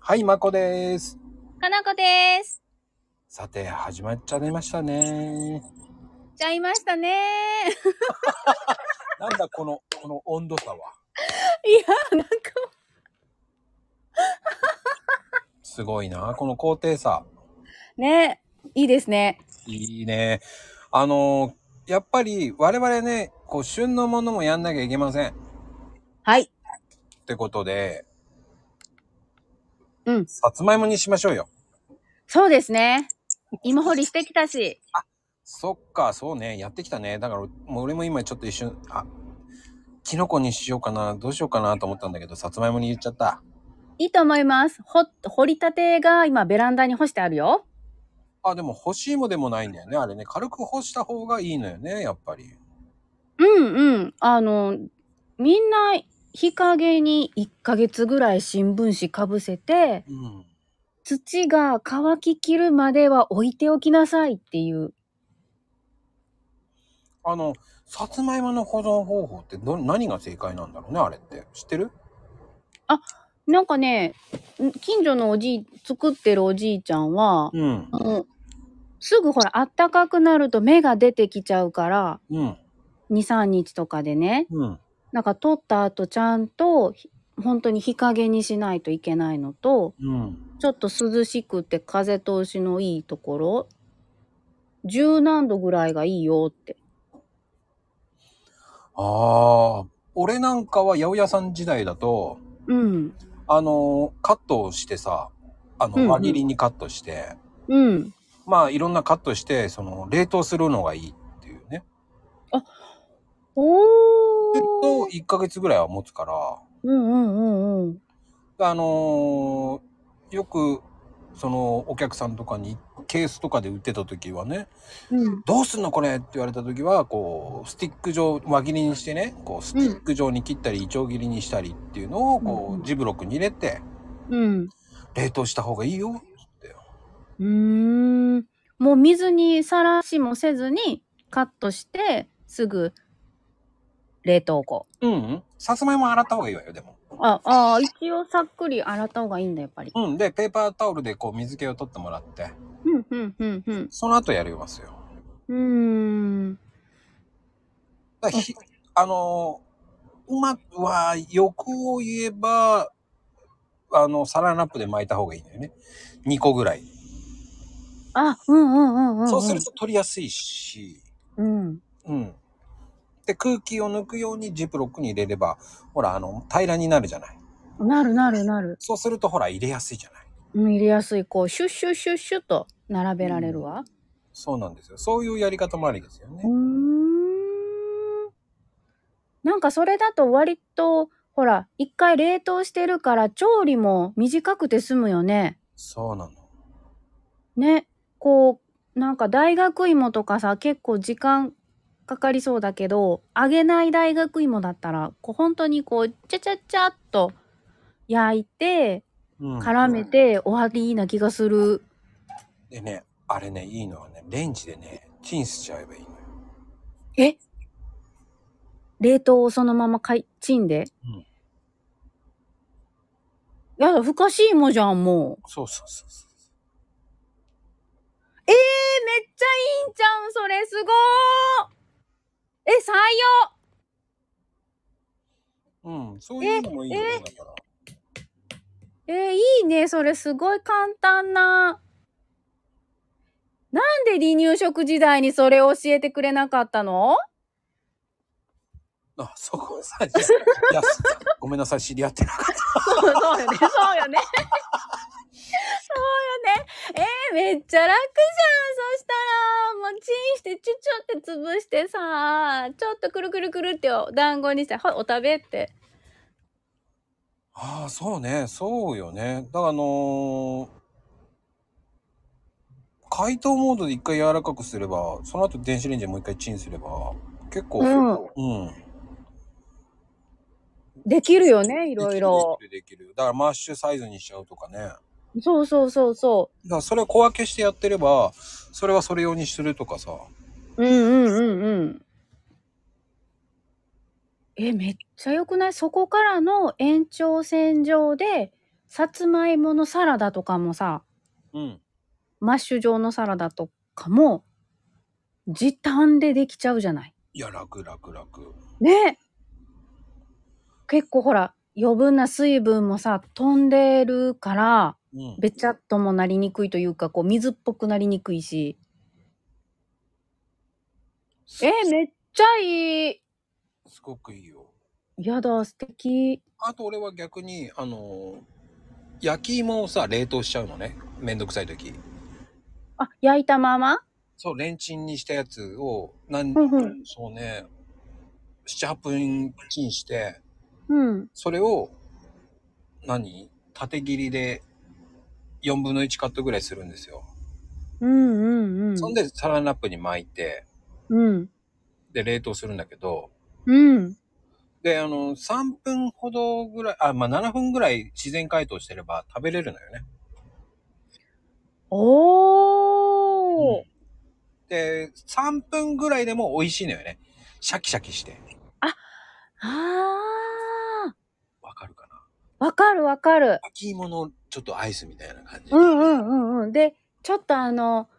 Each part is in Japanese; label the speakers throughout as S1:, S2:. S1: はい、まこです。
S2: かなこです。
S1: さて、始まっちゃいましたね。
S2: ちゃいました ね。
S1: なんだこの、この温度差は。
S2: いや、なんか、
S1: すごいな、この高低差。
S2: ね、いいですね。
S1: いいね。あの、やっぱり我々ね、こう、旬のものもやんなきゃいけません。っ
S2: はい。
S1: てことで、
S2: うん
S1: さつまいもにしましょうよ。
S2: そうですね。芋掘りしてきたし。
S1: そっか、そうね、やってきたね。だから、もう俺も今ちょっと一瞬、あ、キノコにしようかな、どうしようかなと思ったんだけど、さつまいもに言っちゃった。
S2: いいと思います。ほ、掘りたてが今ベランダに干してあるよ。
S1: あ、でも干し芋でもないんだよね。あれね、軽く干した方がいいのよね、やっぱり。
S2: うんうん。あの、みんな日陰に1ヶ月ぐらい新聞紙かぶせて、
S1: うん。
S2: 土が乾ききるまでは置いておきなさいっていう。
S1: あの、さつまいもの保存方法ってど、何が正解なんだろうね、あれって。知ってる
S2: なんかね、ん近所のおじい、作ってるおじいちゃんは、
S1: うん。
S2: うんすぐほらあったかくなると芽が出てきちゃうから
S1: うん。
S2: 23日とかでね
S1: うん。
S2: なんか取った後ちゃんとひ本当に日陰にしないといけないのと
S1: うん。
S2: ちょっと涼しくて風通しのいいところ十何度ぐらいがいいよって
S1: ああ。俺なんかは八百屋さん時代だと、
S2: うん
S1: あのー、カットをしてさ、あ
S2: うんう
S1: の、
S2: ん
S1: 輪切りにカットして、
S2: うん
S1: まあ、いろんなカットして、その、冷凍するのがいいっていうね。
S2: お
S1: すると
S2: ー、
S1: 1ヶ月ぐらいは持つから、
S2: うんうんうんうん
S1: あのーよくそのお客さんとかにケースとかで売ってた時はね
S2: うん
S1: 「どうすんのこれ!」って言われた時はこうスティック状輪切りにしてねこうスティック状に切ったりイチョウ切りにしたりっていうのをこう、
S2: うん
S1: ジブロックに入れて
S2: うん
S1: 冷凍した方がいいよ
S2: うーんもう水にさらしもせずにカットしてすぐ冷凍庫。
S1: うんうんさつまいも洗った方がいいわよでも。
S2: ああー、一応さっくり洗った方がいいんだ、やっぱり。
S1: うんでペーパータオルでこう水気を取ってもらって
S2: うん、うん、うん、
S1: その後やりますよ。
S2: うん。うーん。
S1: だからひあのーうまくは欲を言えばあのサランラップで巻いた方がいいんだよね2個ぐらい、
S2: あ、うん、うん、うん、うん。
S1: そうすると取りやすいし
S2: うん。
S1: うんで空気を抜くようにジップロックに入れればほらあの平らになるじゃない
S2: なるなるなる。
S1: そうするとほら入れやすいじゃない
S2: うん、入れやすい。こう、シュッシュッシュッシュッと並べられるわ。
S1: そうなんですよそういうやり方もありですよ
S2: うー
S1: ね
S2: ん。なんかそれだと割と、ほら、一回冷凍してるから調理も短くて済むよね。
S1: そうなの
S2: ね。こう、なんか大学芋とかさ、結構時間かかりそうだけど、揚げない大学芋だったら、こう本当にこう、ちゃちゃちゃっと焼いて、
S1: うん
S2: 絡めて終わりな気がする。
S1: でねあれねいいのはねレンジでねチンしちゃえばいいのよ
S2: え冷凍をそのままかいチンで、
S1: うん
S2: やだ、ふかし芋じゃん、もう。
S1: そうそうそうそう
S2: えー、めっちゃいいんちゃうん、それ、すごーえ、採用
S1: うん、そういうのもいいよねだから
S2: えーいいね。それすごい簡単な。なんで離乳食時代にそれを教えてくれなかったの
S1: あ、そこさ、いや、いやごめんなさい、知り合ってなかっ
S2: そう そうよね。そうよね。そうよね。えーめっちゃ楽じゃん。そしたら、もうチンして、チュチュって潰してさ、ちょっとくるくるくるってお団子にして、ほい、お食べって。
S1: た。ああ、そうね、そうよね。だから、あのー解凍モードで一回柔らかくすれば、その後電子レンジでもう一回チンすれば、結構、うん。
S2: できるよね、い
S1: い
S2: ろいろ。
S1: できる、できる。だからマッシュサイズにしちゃうとかね。だか
S2: そうそうそうそ
S1: らそれを小分けしてやってれば、それはそれ用にするとかさ。
S2: う。うんうんうんうん。え、めっちゃ良くないそこからの延長線上で、さつまいものサラダとかもさ、
S1: うん。
S2: マッシュ状のサラダとかも、時短でできちゃうじゃない。
S1: いや、楽楽楽。
S2: ね結構ほら、余分な水分もさ、飛んでるから、
S1: うん。
S2: べちゃっともなりにくいというか、こう、水っぽくなりにくいし。え、めっちゃいい
S1: すごくいいよ。
S2: やだ、素敵。
S1: あと俺は逆に、あのー焼き芋をさ、冷凍しちゃうのね。めんどくさい時。
S2: あ、焼いたまま
S1: そう、レンチンにしたやつを、なん、
S2: うんうん
S1: そうね、7、8分チンして、
S2: うん。
S1: それを、何縦切りで4分の1カットぐらいするんですよ。
S2: うんうんうん。
S1: そんでサランラップに巻いて、
S2: うん。
S1: で、冷凍するんだけど、
S2: うん。
S1: で、あの、3分ほどぐらい、あ、まあ、7分ぐらい自然解凍してれば食べれるのよね。
S2: おー、
S1: で、3分ぐらいでも美味しいのよね。シャキシャキして。
S2: あー。
S1: わかるかな
S2: わかるわかる。
S1: 焼き芋のちょっとアイスみたいな感じ。
S2: うんうんうんうん。で、ちょっとあの、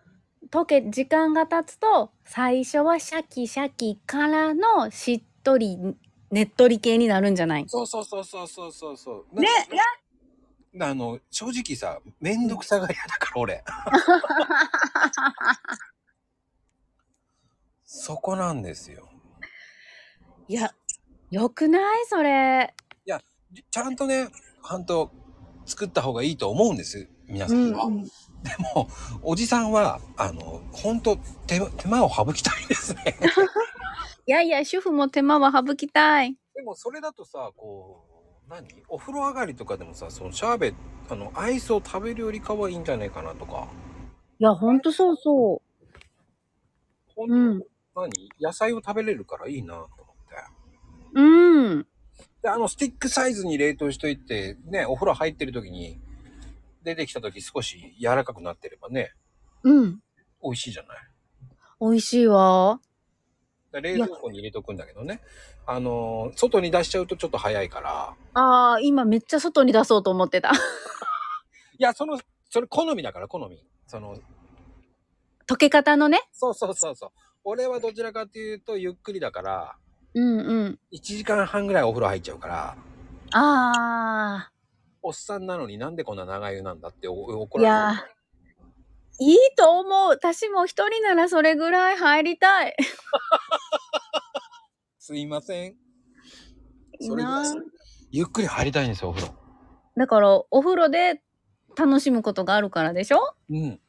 S2: 溶け、時間が経つと、最初はシャキシャキからのしっとり、ねっとり系になるんじゃない
S1: そうそうそうそうそうそうそう。
S2: ね
S1: なあの、正直さ、めんどくさがり屋だから俺。 そこなんですよ。
S2: いや、よくないそれ。
S1: ちゃんとね、ちゃんと作った方がいいと思うんです。皆さ
S2: うんん
S1: は。
S2: うん。
S1: おじさんは、あの、本当手間手間を省きたいですね。
S2: いやいや、主婦も手間は省きたい。
S1: でもそれだとさ、こう、何お風呂上がりとかでもさ、そのシャーベット、あの、アイスを食べるよりかはいいんじゃないかなとか。
S2: いや、ほんとそう
S1: ほ
S2: そう。うん。
S1: 何野菜を食べれるからいいなと思って。
S2: うん。
S1: で、あの、スティックサイズに冷凍しといて、ね、お風呂入ってる時に、出てきた時少し柔らかくなってればね、
S2: うん。
S1: 美味しいじゃない。
S2: 美味しいわ。
S1: だ冷蔵庫に入れとくんだけどね。あのー外に出しちゃうとちょっと早いから。
S2: あー、今めっちゃ外に出そうと思って
S1: い
S2: た。
S1: や、その、それ好みだから、好み。その、
S2: 溶け方のね。
S1: そうそうそうそう。俺はどちらかというと、ゆっくりだから、
S2: うんうん。
S1: 1時間半ぐらいお風呂入っちゃうから、
S2: あ
S1: おっさんなのになんでこんな長湯なんだってお怒
S2: ー。い
S1: られ
S2: やー
S1: る。。
S2: いいと思う。私も一人ならそれぐらい入りたい。
S1: すいません。
S2: いい
S1: それぐら。
S2: ない
S1: ゆっくり入りたいんですよ、お風呂。
S2: だから、お風呂で楽しむことがあるからでしょ
S1: うん。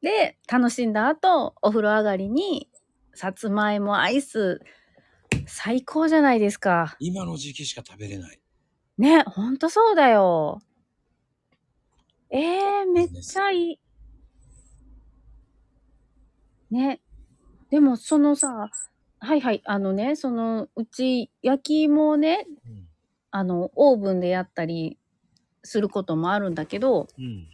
S2: で、楽しんだ後、お風呂上がりに、さつまいもアイス、最高じゃないですか。
S1: 今の時期しか食べれない。
S2: ね、ほんとそうだよ。えー、めっちゃいい。ね。でも、そのさ、はいはい、あのね、その、うち、焼き芋をね、
S1: うん。
S2: あの、オーブンでやったりすることもあるんだけど、
S1: うん。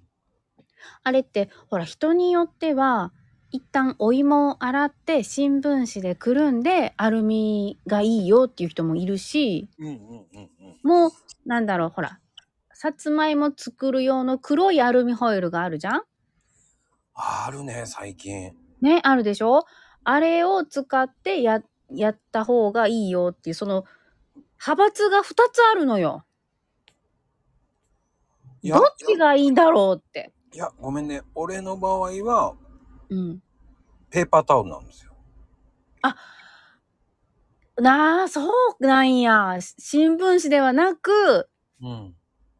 S2: あれって、ほら、人によっては、一旦お芋を洗って新聞紙でくるんでアルミがいいよっていう人もいるし、
S1: うんうんうんうん。
S2: もう、なんだろう、ほら、さつまいも作る用の黒いアルミホイルがあるじゃん
S1: あるね、最近。
S2: ね、あるでしょあれを使ってや、やった方がいいよっていう、その、派閥が2つあるのよ。
S1: い
S2: どっちがいいんだろうって。
S1: いや、ごめんね。俺の場合は、
S2: うん。
S1: ペーパータオルなんですよ。
S2: なあ、そうなんや。し新聞紙ではなく、
S1: うん。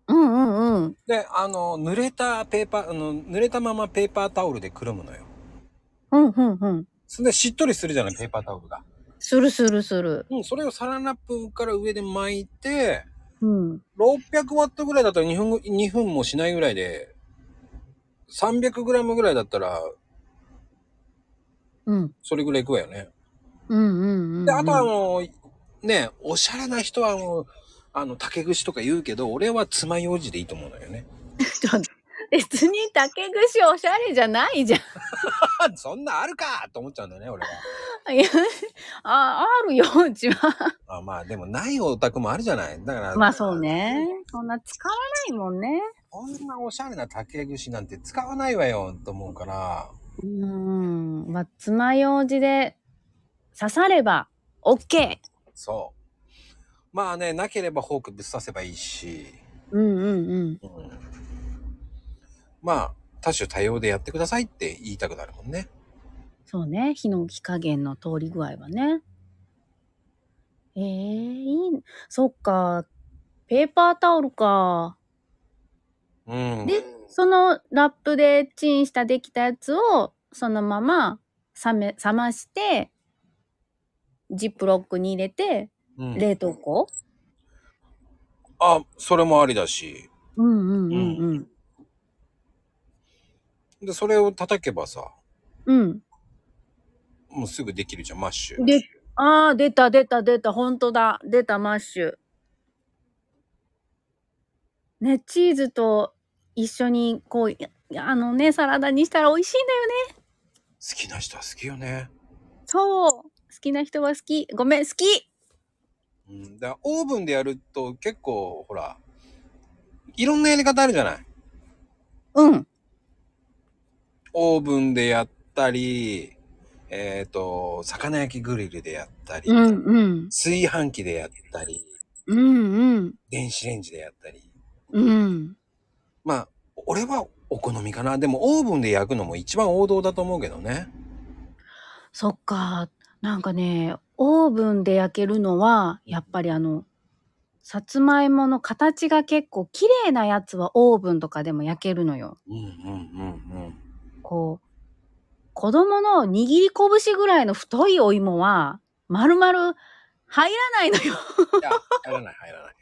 S2: うんうんうん。
S1: で、あの、濡れたペーパー、あの、濡れたままペーパータオルでくるむのよ。
S2: うんうんうん。
S1: そんで、しっとりするじゃない、ペーパータオルが。
S2: するするする。
S1: うん、それをサランラップから上で巻いて、
S2: うん。
S1: 600ワットぐらいだったら2分ぐ、2分もしないぐらいで、300グラムぐらいだったら、
S2: うん。
S1: それぐらいいくわよね。
S2: うんうんうん、うん。
S1: で、あと はもう、ね、おしゃれな人はもう、あの、竹串とか言うけど、俺は爪楊枝でいいと思うのよね。
S2: ちょっと別に竹串おしゃれじゃないじゃん。
S1: そんなあるかと思っちゃうんだよね、俺は。
S2: いやあ、あるよ、 うちは。
S1: あまあ、でもないオタクもあるじゃない。だから、
S2: まあそうね。そんな使わないもんね。
S1: こんなおしゃれな竹串なんて使わないわよ、と思うから。
S2: うーん。まあ、爪楊枝で刺されば OK。
S1: そう。まあね、なければフォークぶっ刺せばいいし。
S2: うんうんうん。
S1: うん。まあ、多種多様でやってくださいって言いたくなるもんね。
S2: そうね。火の火加減の通り具合はね。ええいい。そっか。ペーパータオルか。
S1: うん。
S2: でそのラップでチンしたできたやつをそのまま冷め冷ましてジップロックに入れて
S1: うん
S2: 冷凍庫、
S1: あ、それもありだし。
S2: うん、うんうんうん
S1: で、それを叩けばさ、
S2: うん
S1: もうすぐできるじゃん、マッシュ。
S2: であー出た出た出た本当だ出たマッシュねチーズと一緒にこういやあのねサラダにしたら美味しいんだよね
S1: 好きな人は好きよね。
S2: そう好きな人は好きごめん好き
S1: うん、だからオーブンでやると結構ほらいろんなやり方あるじゃない
S2: うん
S1: オーブンでやったりえっ、と魚焼きグリルでやったり、
S2: うんうん
S1: 炊飯器でやったり
S2: うんうん
S1: 電子レンジでやったり
S2: うん
S1: まあ俺はお好みかなでもオーブンで焼くのも一番王道だと思うけどね
S2: そっか。なんかね、オーブンで焼けるのは、やっぱりあの、さつまいもの形が結構綺麗なやつはオーブンとかでも焼けるのよ。
S1: うんうんうんうん
S2: こう、子供の握り拳ぐらいの太いお芋は、丸々入らないの よ。
S1: いや入らない入 らない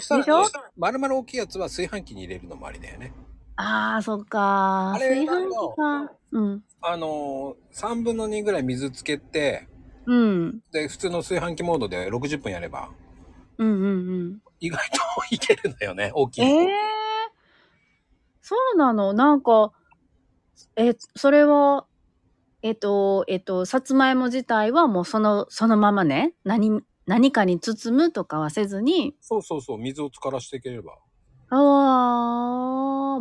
S1: そしたら、
S2: でしょ
S1: ね、丸々大きいやつは炊飯器に入れるのもありだよね
S2: ああ、そっか。
S1: あれ
S2: 炊飯器か。うん。
S1: あのー、3分の2ぐらい水つけて
S2: うん。
S1: で、普通の炊飯器モードで60分やれば、
S2: うんうんうん。
S1: 意外といけるんだよね、大きい。
S2: ええそうなのなんか、え、それは、えっと、えっと、さつまいも自体はもうその、そのままね、何、何かに包むとかはせずに、
S1: そうそうそう、水を浸からしていければ。
S2: ああ、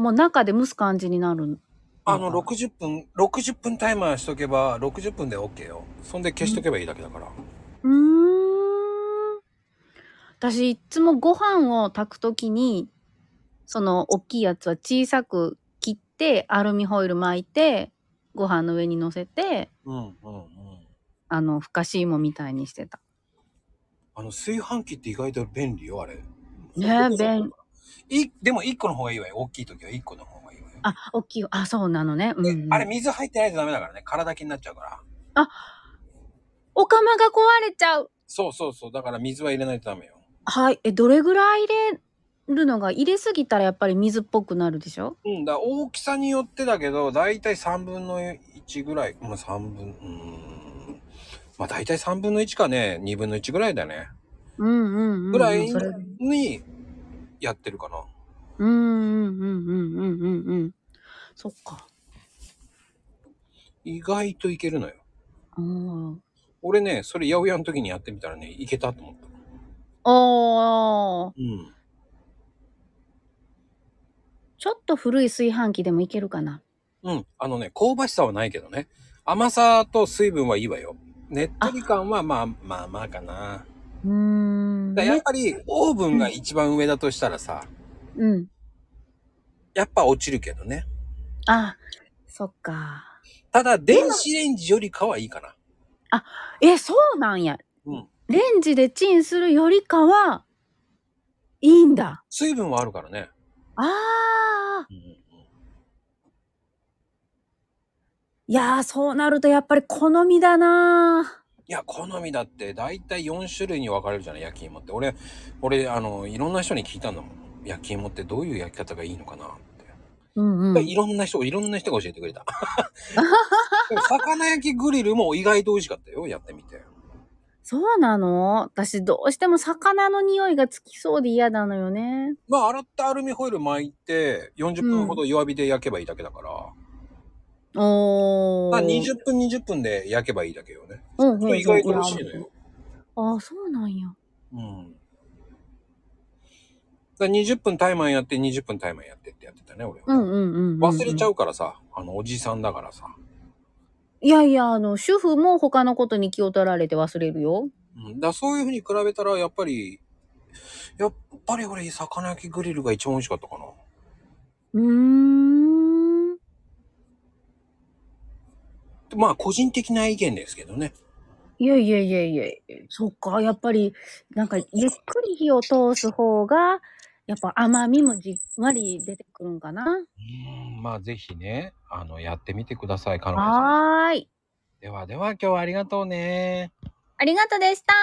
S2: もう中で蒸す感じになる。
S1: あの、
S2: うん
S1: 60分、60分タイマーしとけば、60分で OK よ。そんで消しとけばいいだけだから。
S2: うーん。私、いつもご飯を炊くときに、その、大きいやつは小さく切って、アルミホイル巻いて、ご飯の上に乗せて、
S1: うん、うん、うん。
S2: あの、ふかし芋みたいにしてた。
S1: あの、炊飯器って意外と便利よ、あれ。
S2: ね便
S1: 利。でも1個の方がいいわよ。大きい時は1個の方がいいわよ。
S2: あ、大きい。あ、そうなのね。うんうん、
S1: あれ、水入ってないとダメだからね。空だけになっちゃうから。
S2: お釜が壊れちゃう。
S1: そうそうそう。だから水は入れないとダメよ。
S2: はい。え、どれぐらい入れるのが、入れすぎたらやっぱり水っぽくなるでしょ
S1: うんだ、大きさによってだけど、だいたい3分の1ぐらい。まあ3分、うーん。まあだいたい3分の1かね、2分の1ぐらいだね。
S2: うんうんうんうん。
S1: ぐらい
S2: それ
S1: にやってるかな。
S2: うんうんうんうんうんうんうん。そっか。
S1: 意外といけるのよ。
S2: うん。
S1: 俺ね、それ、八百屋の時にやってみたらね、いけたと思った。
S2: おー。
S1: うん。
S2: ちょっと古い炊飯器でもいけるかな。
S1: うん。あのね、香ばしさはないけどね。甘さと水分はいいわよ。ねっとり感はまあまあまあかな。
S2: うーん。
S1: だからやっぱりオーブンが一番上だとしたらさ、
S2: うん。
S1: やっぱ落ちるけどね。
S2: あ、そっか。
S1: ただ、電子レンジよりかはいいかな。
S2: え、そうなんや。
S1: うん。
S2: レンジでチンするよりかは、いいんだ。
S1: 水分はあるからね。
S2: ああ。
S1: うんうん
S2: いやー、そうなるとやっぱり好みだない
S1: や、好みだって、だいたい4種類に分かれるじゃない、焼き芋って。俺、俺、あの、いろんな人に聞いたんだもん。焼き芋ってどういう焼き方がいいのかなって。
S2: ー。うんうん。
S1: いろんな人、いろんな人が教えてくれた。でも魚焼きグリルも意外と美味しかったよ、やってみて。
S2: そうなの私どうしても魚の匂いがつきそうで嫌なのよね。
S1: まあ、洗ったアルミホイル巻いて、40分ほど弱火で焼けばいいだけだから。
S2: お
S1: まあ、
S2: ー。
S1: 20分20分で焼けばいいだけよね。
S2: うんうんうん
S1: 意外と美味しいのよ。
S2: ああ、そうなんや。
S1: うん。だから20分タイマンやって20分タイマンやってってやってたね、俺は。
S2: うんうんうん、うん。
S1: 忘れちゃ
S2: う
S1: うからさ、あの、おじさんだからさ。
S2: ん。いやいや、あの、主婦も他のことに気を取られて忘れるよ。
S1: うん、だからそういうふうに比べたら、やっぱり、やっぱり俺、魚焼きグリルが一番美味しかったかな。
S2: うーん。
S1: まあ、個人的な意見ですけどね。
S2: いやいやいやいや、そっか、やっぱり、なんか、ゆっくり火を通す方が、やっぱ甘みもじっわり出てくるんかな。
S1: うん、まあ、ぜひね、あの、やってみてください、彼女さん。
S2: はーい。
S1: ではでは、今日はありがとうね。
S2: ありがとうでしたー。